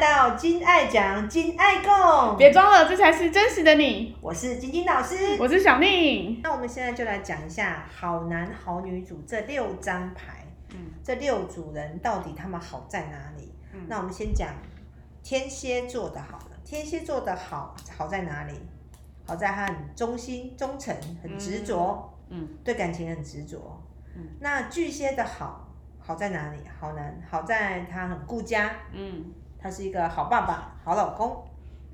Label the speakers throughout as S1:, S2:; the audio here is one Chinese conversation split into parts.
S1: 到金爱讲、金爱共，
S2: 别装了，这才是真实的你。
S1: 我是晶晶老师。
S2: 我是小宁。
S1: 那我们现在就来讲一下好男好女组这六张牌，
S2: 嗯
S1: 这六组人到底他们好在哪里？
S2: 嗯
S1: 那我们先讲天蝎座的好了。天蝎座的好好在哪里？好在他很忠心、忠诚、很执着，
S2: 嗯
S1: 对感情很执着。
S2: 嗯
S1: 那巨蟹的好好在哪里？好难，好在他很顾家，
S2: 嗯，
S1: 他是一个好爸爸、好老公。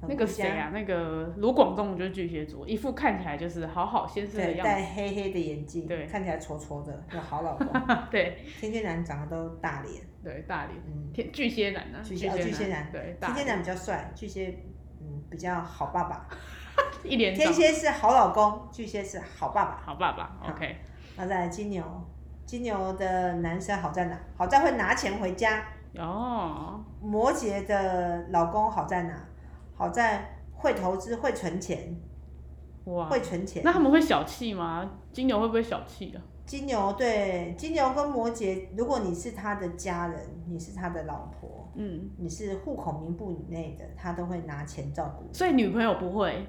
S1: 很
S2: 那个
S1: 顾家
S2: 谁啊，那个卢广仲就是巨蟹座，一副看起来就是好好先生的
S1: 对，
S2: 样子。
S1: 戴黑黑的眼镜，
S2: 对
S1: 看起来丑丑 的，有好老公。
S2: 对
S1: 天蝎男长得都大脸，
S2: 对，大脸
S1: 嗯，
S2: 天巨蝎男啊，
S1: 巨蟹哦巨蟹男
S2: 对，
S1: 天
S2: 大
S1: 蝎
S2: 脸
S1: 男比较帅，巨蟹嗯比较好爸爸。
S2: 一脸
S1: 天
S2: 长
S1: 蝎是好老公，巨蟹是好爸爸。
S2: 好爸爸
S1: 好
S2: ，OK，
S1: 那再来金牛，金牛的男生好在哪？好在会拿钱回家。
S2: 哦，
S1: 摩羯的老公好在哪？好在会投资，会存钱，
S2: 哇，
S1: 会存钱
S2: 那。他们会小气吗？金牛会不会小气啊？
S1: 金牛对金牛跟摩羯，如果你是他的家人，你是他的老婆，
S2: 嗯，
S1: 你是户口名簿以内的，他都会拿钱照顾。
S2: 所以女朋友不会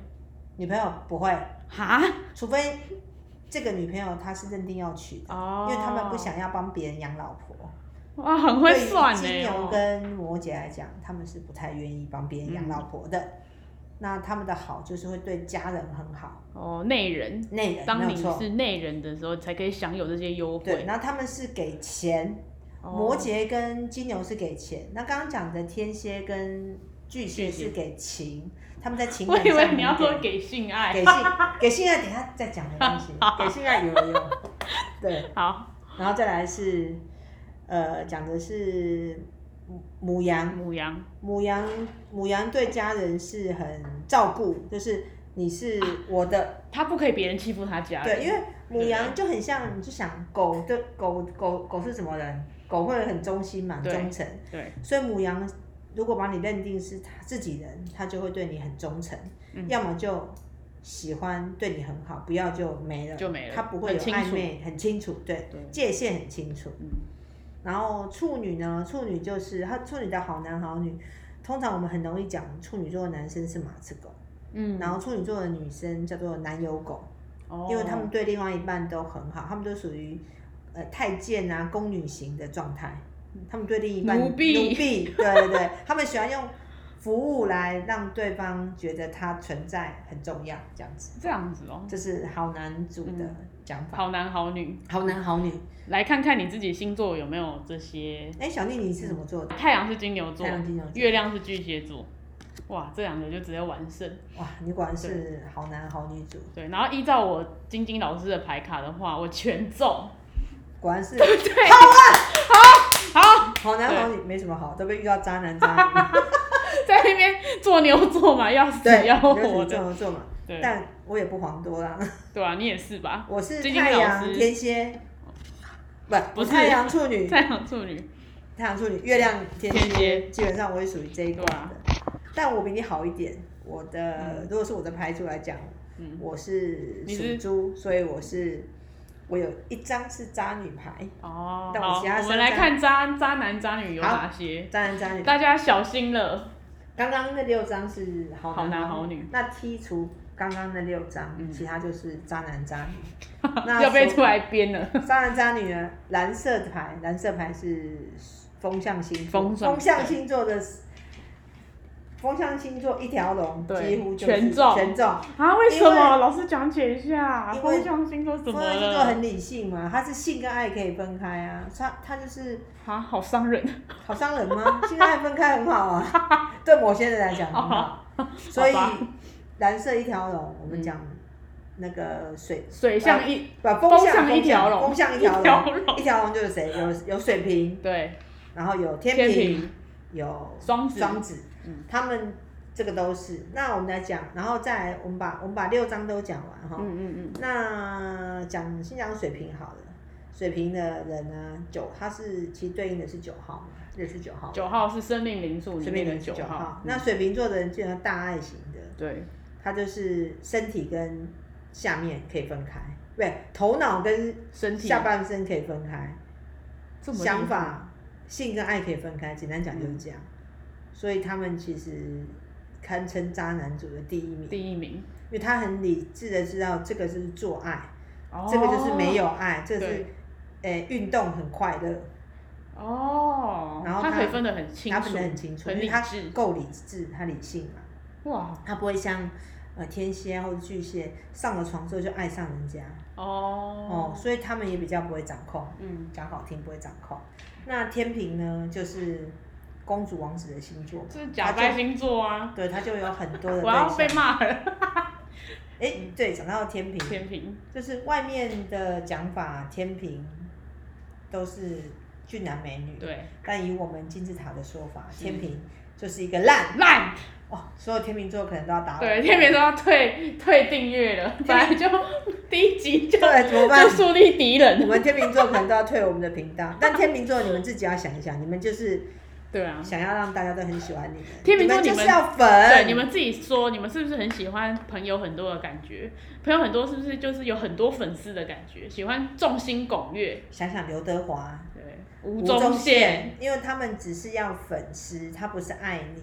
S1: 女朋友不会，
S2: 哈
S1: 除非这个女朋友她是认定要娶的，
S2: 哦
S1: 因，为他们不想要帮别人养老婆。
S2: 哇，哦很会
S1: 对于
S2: 算
S1: 金
S2: 呢、
S1: 牛
S2: 哦
S1: 跟摩羯来讲，他们是不太愿意帮别人养老婆的。那他们的好就是会对家人很好，
S2: 哦，内人，
S1: 内人
S2: 当
S1: 没有
S2: 你
S1: 错。
S2: 是内人的时候，才可以享有这些优
S1: 对，
S2: 惠。
S1: 然后他们是给钱，
S2: 哦
S1: 摩羯跟金牛是给钱。那刚刚讲的天蝎跟巨蟹
S2: 巨蟹
S1: 是给情，他们在情
S2: 我
S1: 感
S2: 以
S1: 上
S2: 为
S1: 很
S2: 你要说
S1: 给
S2: 给性爱。
S1: 给性给性爱，等一下再讲没关系，给性爱有有有，对。
S2: 好，
S1: 然后再来是，呃，讲的是母母羊，
S2: 母羊
S1: 母羊母羊对家人是很照顾，就是你是我的，
S2: 他不可以别人欺负他家人。
S1: 对，因为母羊就很像，你就想狗的狗狗狗是什么人？狗会很忠心嘛，很
S2: 对
S1: 忠诚，
S2: 对，
S1: 所以母羊如果把你认定是他自己人，他就会对你很忠诚，
S2: 嗯
S1: 要么就。喜欢对你很好，不要就没了，
S2: 就没了
S1: 他不会有
S2: 很清楚
S1: 暧昧，很清楚，对，
S2: 对
S1: 界限很清楚。
S2: 嗯，
S1: 然后处女呢，处女就是他处女的好男好女，通常我们很容易讲处女座的男生是马子狗，
S2: 嗯
S1: 然后处女座的女生叫做男友狗，
S2: 哦
S1: 因为他们对另外一半都很好，他们都属于呃太监啊宫女型的状态，他们对另一半
S2: 嗯奴婢
S1: 对对对，他们喜欢用服务来让对方觉得他存在很重要，这样子，
S2: 这样子哦，
S1: 这是好男主的
S2: 嗯
S1: 讲法，
S2: 好男好女，
S1: 好男好女。
S2: 来看看你自己星座有没有这些。
S1: 哎，小丽你是怎么做的？
S2: 太阳是金牛座
S1: 太，阳金牛座
S2: 月亮是巨蟹座，哇，这两个就直接完胜。
S1: 哇，你果然是好男好女主，
S2: 对，然后依照我晶晶老师的牌卡的话，我全中。
S1: 果然是
S2: 对，好啊，好，好，
S1: 好男好女，没什么好，都被遇到渣男渣女。
S2: 在那边做牛做马，要死
S1: 对，
S2: 要
S1: 就
S2: 活
S1: 是这
S2: 的。
S1: 么做嘛。
S2: 对，
S1: 但我也不遑多 让，
S2: 对啊，你也是吧？
S1: 我是
S2: 最近
S1: 太
S2: 老
S1: 阳
S2: 师哦
S1: 天蝎，不
S2: 不是
S1: 太阳处女，
S2: 太阳处女，
S1: 太阳处女，月亮天
S2: 天
S1: 蝎，
S2: 蝎
S1: 基本上我也属于这一挂
S2: 对啊
S1: 的。但我比你好一点，我的
S2: 嗯
S1: 如果是我的牌组来讲，
S2: 嗯，
S1: 我是
S2: 你
S1: 属
S2: 是
S1: 猪，所以我是我有一张是渣女牌，
S2: 哦，
S1: 但我
S2: 好，
S1: 其他
S2: 我
S1: 三
S2: 们来
S1: 张
S2: 看渣渣男渣女有
S1: 好
S2: 哪些，
S1: 渣男渣女。
S2: 大家小心了。
S1: 刚刚那六张是好
S2: 好
S1: 男
S2: 男好女，
S1: 那剔除刚刚那六张，
S2: 嗯
S1: 其他就是渣男渣女。 那
S2: 要被
S1: 说
S2: 出来编了。
S1: 渣男渣女呢？蓝色的牌，蓝色牌是风象星座，
S2: 风象
S1: 风象星座的风象星座一条龙，
S2: 对
S1: 几乎就是
S2: 全中
S1: 全中。
S2: 啊？为
S1: 因
S2: 什么？
S1: 为
S2: 老师讲解一下，
S1: 因为
S2: 风象星座怎
S1: 风
S2: 么
S1: 象星座很
S2: 了？
S1: 理性嘛，它是性跟爱可以分开啊，它它就是
S2: 啊，好伤人。
S1: 好伤人 吗？性跟爱分开很好啊，对某些人来讲很好，所以
S2: 好吧
S1: 蓝色一条龙，我们讲那个水
S2: 水象一
S1: 把
S2: 风
S1: 向
S2: 向一条龙
S1: 风向一条
S2: 一条
S1: 龙，
S2: 龙
S1: 一条龙就是谁？有有水瓶，
S2: 对
S1: 然后有天
S2: 天
S1: 平，
S2: 平，
S1: 有
S2: 双子
S1: 双子
S2: 嗯，
S1: 他们这个都是。那我们来讲，然后再来我们把我们把六张都讲完哈。
S2: 嗯嗯
S1: 那讲先讲水瓶好了，水瓶的人呢，九他是其实对应的是九号嘛，也是九号
S2: 嗯，，九号是生命灵数里
S1: 水
S2: 面
S1: 瓶
S2: 的
S1: 人是九号
S2: 号。。
S1: 那
S2: 嗯
S1: 水瓶座的人基本上大爱型的，
S2: 对
S1: 他就是身体跟下面可以分开，对，头脑跟
S2: 身体
S1: 下半身可以分开，
S2: 这么厉害
S1: 想法、性跟爱可以分开，简单讲就是这样。所以他们其实堪称渣男组的第一名，
S2: 第一名。
S1: 因为他很理智的知道这个就是做爱，
S2: 哦
S1: 这个就是没有爱，这个是
S2: 对
S1: 诶运动很快乐，
S2: 哦，
S1: 然后
S2: 他
S1: 他
S2: 可以分得很清
S1: 他
S2: 楚，
S1: 分得很清楚，因
S2: 很
S1: 为
S2: 理
S1: 他
S2: 智。
S1: 够理智，他理性嘛，
S2: 哇，
S1: 他不会像呃天蝎或者巨蟹上了床之后就爱上人家哦，
S2: 哦，
S1: 所以他们也比较不会掌控，
S2: 嗯，
S1: 讲好听不会掌控。那天平呢，就是公主王子的星座嘛，
S2: 这是假掰星座啊！
S1: 对，他就有很多的
S2: 我
S1: 对
S2: 要
S1: 象。
S2: 被骂了。
S1: 哎、对，讲到天 平，
S2: 天平，
S1: 就是外面的讲法，天平都是俊男美女，
S2: 对，
S1: 但以我们金字塔的说法，
S2: 是
S1: 天平就是一个烂
S2: 烂，
S1: 哇，所有天秤座可能都要打我。
S2: 对，天平都要退退订阅了，本来就第一集就
S1: 对，怎么办
S2: 就？树立敌
S1: 我
S2: 人。
S1: 们天秤座可能都要退我们的频道，但天秤座你们自己要想一想，你们就是
S2: 对啊，
S1: 想要让大家都很喜欢你们，
S2: 天秤
S1: 你
S2: 座
S1: 们
S2: 你
S1: 就
S2: 们
S1: 是要粉，
S2: 对，你们自己说，你们是不是很喜欢朋友很多的感觉？朋友很多是不是就是有很多粉丝的感觉？喜欢众星拱月，
S1: 想想刘德华、
S2: 对，吴宗宪，，
S1: 因为他们只是要粉丝，他不是爱你，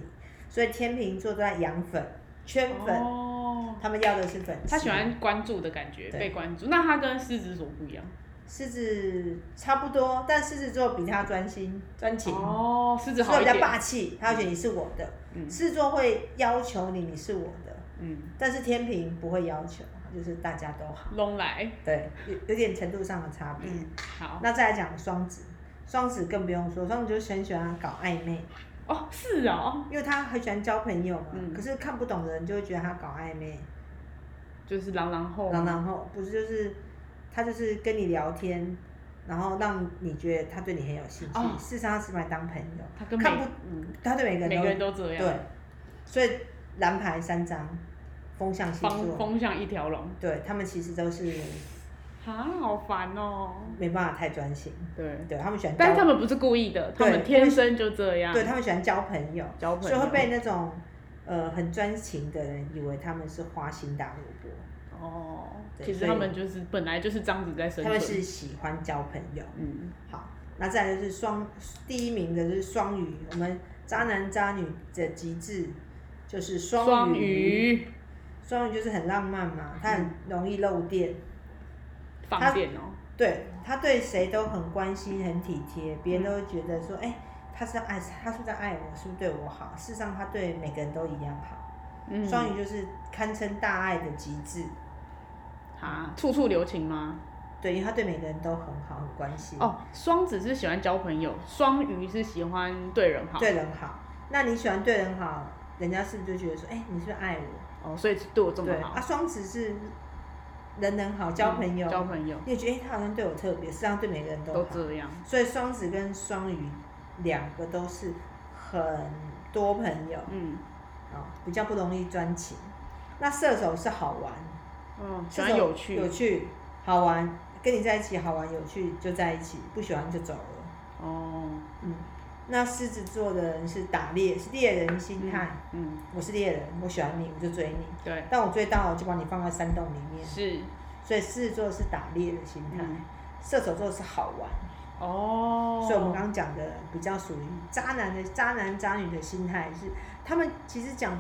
S1: 所以天秤座都在养粉、圈粉，
S2: 哦，
S1: 他们要的是粉丝。
S2: 他喜欢关注的感觉，
S1: 对
S2: 被关注。那他跟狮子座不一样
S1: 狮子差不多，但狮子座比他专心专情，
S2: 哦，狮子
S1: 所以
S2: 好
S1: 比
S2: 一
S1: 较
S2: 点，
S1: 霸气，他会觉得你是我的。
S2: 嗯
S1: 狮子座会要求你，你是我的，
S2: 嗯，
S1: 但是天平不会要求，就是大家都好，
S2: 拢来，
S1: 对，有有点程度上的差别。
S2: 嗯，好，
S1: 那再来讲双子，双子更不用说，双子就很喜欢搞暧昧，
S2: 哦，是哦，
S1: 因为他很喜欢交朋友嘛。
S2: 嗯
S1: 可是看不懂的人就会觉得他搞暧昧，
S2: 就是朗朗后，
S1: 然后然后不是就是他就是跟你聊天，然后让你觉得他对你很有兴趣，
S2: 哦
S1: 事实上他是把你当朋友，
S2: 他跟每
S1: 看不
S2: 嗯，
S1: 他对每个
S2: 每
S1: 人都
S2: 个人都这样，
S1: 对，所以蓝牌三张，风象星
S2: 方
S1: 座，
S2: 风向一条龙，
S1: 对他们其实都是
S2: 啊，好烦哦，
S1: 没办法太专心，
S2: 对。
S1: 对他们喜欢
S2: 但是他
S1: 交，
S2: 们不是故意的，他
S1: 对
S2: 们天生就这样。
S1: 对他们喜欢交朋友，
S2: 交朋
S1: 所
S2: 友
S1: 以会被那种呃很专情的人以为他们是花心大萝卜。
S2: 哦，
S1: 对
S2: 其实
S1: 所以
S2: 他们就是本来就是这样子在生
S1: 他们
S2: 存。
S1: 是喜欢交朋友。
S2: 嗯，
S1: 好，那再来就是双第一名的就是双鱼，我们渣男渣女的极致就是双
S2: 双
S1: 鱼。
S2: 鱼
S1: 双鱼就是很浪漫嘛，他
S2: 嗯
S1: 很容易漏电，
S2: 放电哦，
S1: 对他对谁都很关心、很体贴，别
S2: 嗯
S1: 人都会觉得说，哎、他是爱，他是不是在爱我，是不是对我好？事实上，他对每个人都一样好。
S2: 嗯，
S1: 双、鱼就是堪称大爱的极致，
S2: 啊，处处留情吗？
S1: 对，因为他对每个人都很好，很关心。
S2: 哦，双子是喜欢交朋友，双鱼是喜欢对人好。
S1: 对人好。那你喜欢对人好，人家是不是就觉得说，哎、你是不是爱我？
S2: 哦，所以对我这么
S1: 对
S2: 好嗯
S1: 啊，，双子是人人好，交朋友，
S2: 交朋友
S1: 你也觉得、哎，他好像对我特别，实际上对每个人都
S2: 都
S1: 好。
S2: 这样。
S1: 所以双子跟双鱼两个都是很多朋友
S2: 嗯
S1: 啊、比较不容易专情。那射手是好玩，
S2: 嗯，喜
S1: 射
S2: 欢
S1: 手
S2: 有趣
S1: 哦有趣，好玩，跟你在一起好玩有趣就在一起，不喜欢就走了。
S2: 哦，
S1: 嗯，那狮子座的人是打猎，是猎人心态。
S2: 嗯，
S1: 我是猎人，我喜欢你，我就追你。
S2: 对，
S1: 但我追到了，我就把你放在山洞里面。
S2: 是，
S1: 所以狮子座是打猎的心态，
S2: 嗯，
S1: 射手座是好玩。
S2: 哦，
S1: 所以我们刚刚讲的比较属于渣男的渣男渣女的心态是，他们其实讲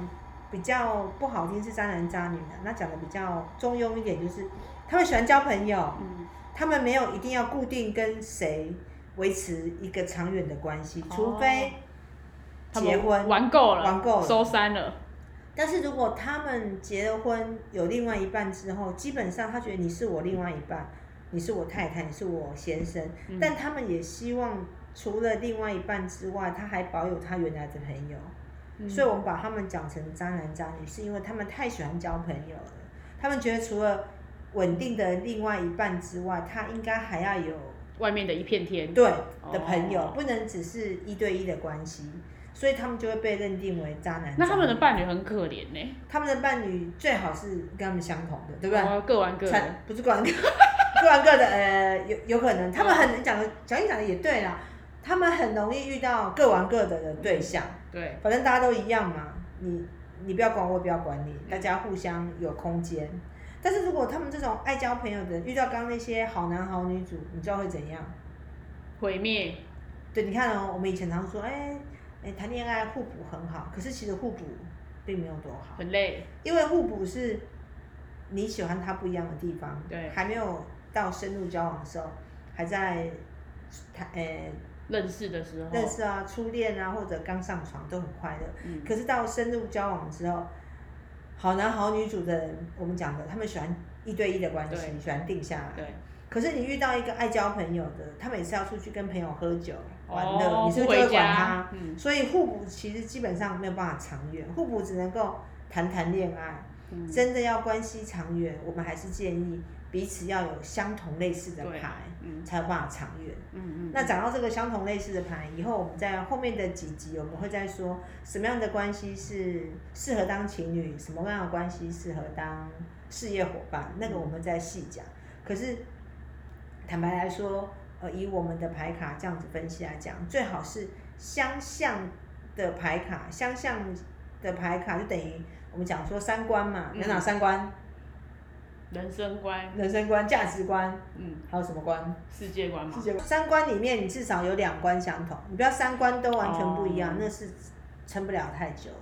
S1: 比较不好听是渣男渣女的，那讲的比较中庸一点就是，他们喜欢交朋友，
S2: 嗯，
S1: 他们没有一定要固定跟谁维持一个长远的关
S2: 哦
S1: 系，除非
S2: 他们
S1: 结婚。
S2: 玩够了，
S1: 玩够了
S2: 收山了。
S1: 但是如果他们结了婚，有另外一半之后，基本上他觉得你是我另外一半，你是我太太，你是我先生，
S2: 嗯
S1: 但他们也希望除了另外一半之外，他还保有他原来的朋友。
S2: 嗯
S1: 所以我们把他们讲成渣男渣女，是因为他们太喜欢交朋友了。他们觉得除了稳定的另外一半之外，他应该还要有
S2: 外面的一片天。
S1: 对的朋友，
S2: 哦
S1: 不能只是一对一的关系。所以他们就会被认定为渣男。
S2: 那他们
S1: 渣
S2: 的
S1: 女
S2: 伴侣很可怜呢、
S1: 他们的伴侣最好是跟他们相同的，对不对？
S2: 哦各玩各的。
S1: 才 不是各玩各，各玩各的，呃，有有可能，他们很讲的讲一讲的也对啦，他们很容易遇到各玩各的的对象，
S2: 对，
S1: 反正大家都一样嘛，你你不要管我，我也不要管你，大家互相有空间。但是如果他们这种爱交朋友的人遇到刚刚那些好男好女主，你知道会怎样？
S2: 毁灭。
S1: 对，你看哦，我们以前常说，哎、哎、谈恋爱互补很好，可是其实互补并没有多好，
S2: 很累，
S1: 因为互补是你喜欢他不一样的地方，
S2: 对
S1: 还没有到深入交往的时候，还在谈呃、
S2: 认识的时候，
S1: 认识啊、初恋啊，或者刚上床都很快乐。
S2: 嗯，
S1: 可是到深入交往之后，好男好女主的人，我们讲的，他们喜欢一对一的关系，
S2: 对
S1: 喜欢定下来。
S2: 对，
S1: 可是你遇到一个爱交朋友的，他每次要出去跟朋友喝酒玩乐，
S2: 哦，
S1: 你是
S2: 不
S1: 不是就
S2: 回
S1: 会管他？
S2: 家，嗯
S1: 所以互补其实基本上没有办法长远，互补只能够谈谈恋爱。
S2: 嗯，
S1: 真的要关系长远，我们还是建议彼此要有相同类似的
S2: 对
S1: 牌，
S2: 嗯
S1: 才有办法长远。
S2: 嗯嗯，
S1: 那讲到这个相同类似的牌，以后我们在后面的几集，我们会再说什么样的关系是适合当情侣，什么样的关系适合当事业伙伴，那个我们再细讲。可是坦白来说，呃，以我们的牌卡这样子分析来讲，最好是相像的牌卡，相像的牌卡就等于我们讲说三观嘛，有哪三观？
S2: 人生观，
S1: 人生观、价值观，
S2: 嗯，
S1: 还有什么观？
S2: 世界观嘛，
S1: 三观里面，你至少有两观相同，你不要三观都完全不一样，
S2: 哦
S1: 那是撑不了太久了。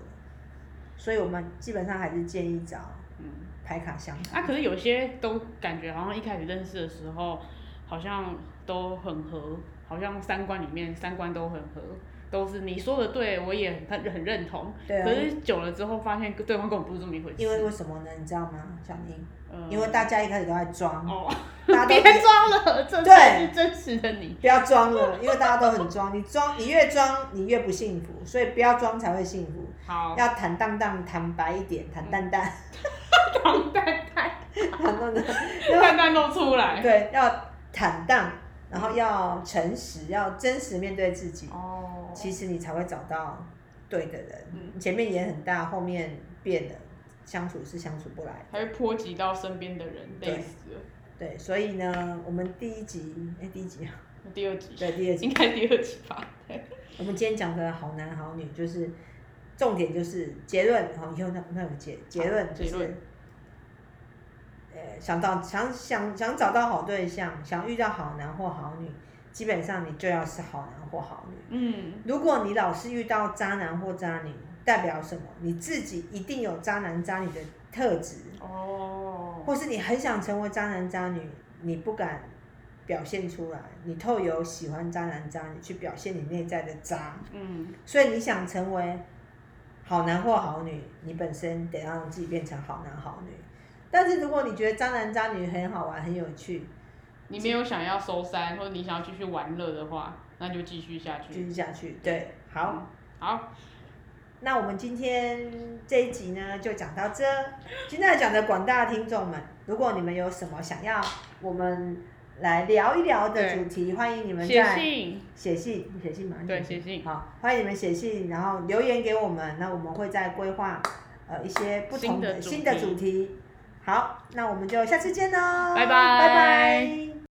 S1: 所以我们基本上还是建议找
S2: 嗯，
S1: 牌卡相同。
S2: 啊，可是有些都感觉好像一开始认识的时候，好像都很合，好像三观里面三观都很合，都是你说的对，我也很很认同。
S1: 对
S2: 哦可
S1: 啊，
S2: 是久了之后，发现对方根本不是这么一回事。
S1: 因为为什么呢？你知道吗，小宁？
S2: 呃
S1: 因为大家一开始都在装，
S2: 哦，
S1: 大家
S2: 别
S1: 都
S2: 装了，这才是真实的你。
S1: 不要装了，因为大家都很装。你装，你越装，你越不幸福。所以不要装才会幸福，
S2: 好，
S1: 要坦荡荡、坦白一
S2: 嗯
S1: 点，坦荡 荡、
S2: 唐蛋蛋，
S1: 坦荡荡。
S2: 蛋蛋露出来。
S1: 对，要坦荡，然后要诚实，要真实面对自己。
S2: 哦，
S1: 其实你才会找到对的人。
S2: 嗯
S1: 前面也很大，后面变了，相处是相处不来。
S2: 还会波及到身边的人，
S1: 对
S2: 累死了。
S1: 对，所以呢，我们第一集，哎、第一集啊，
S2: 第二集，
S1: 对，第二集，
S2: 应该第二集吧？对，
S1: 我们今天讲的好男好女，就是重点就是结论，好，以后那那个结结论就
S2: 结
S1: 是
S2: 论。
S1: 呃，想到想想想找到好对象，想遇到好男或好女，基本上你就要是好男或好女。
S2: 嗯。
S1: 如果你老是遇到渣男或渣女，代表什么？你自己一定有渣男渣女的特质，
S2: 嗯哦，
S1: 或是你很想成为渣男渣女，你不敢表现出来，你透由喜欢渣男渣女去表现你内在的渣，
S2: 嗯，
S1: 所以你想成为好男或好女，你本身得让自己变成好男好女。但是如果你觉得渣男渣女很好玩、很有趣，
S2: 你没有想要收山，或者你想要继续玩乐的话，那就继续下
S1: 继
S2: 去。嗯
S1: 续下去，对，好。
S2: 好，
S1: 那我们今天这一集呢，就讲到这。今天讲的广大的听众们，如果你们有什么想要我们来聊一聊的主题，欢迎你们
S2: 写
S1: 在
S2: 信，
S1: 写信，你写信吗？
S2: 对，
S1: 你
S2: 写信，
S1: 好，欢迎你们写信，然后留言给我们，那我们会再规划呃一些不同的
S2: 新
S1: 新
S2: 的
S1: 的
S2: 主题
S1: 主题。好，那我们就下次见喽，
S2: 拜拜
S1: 拜拜。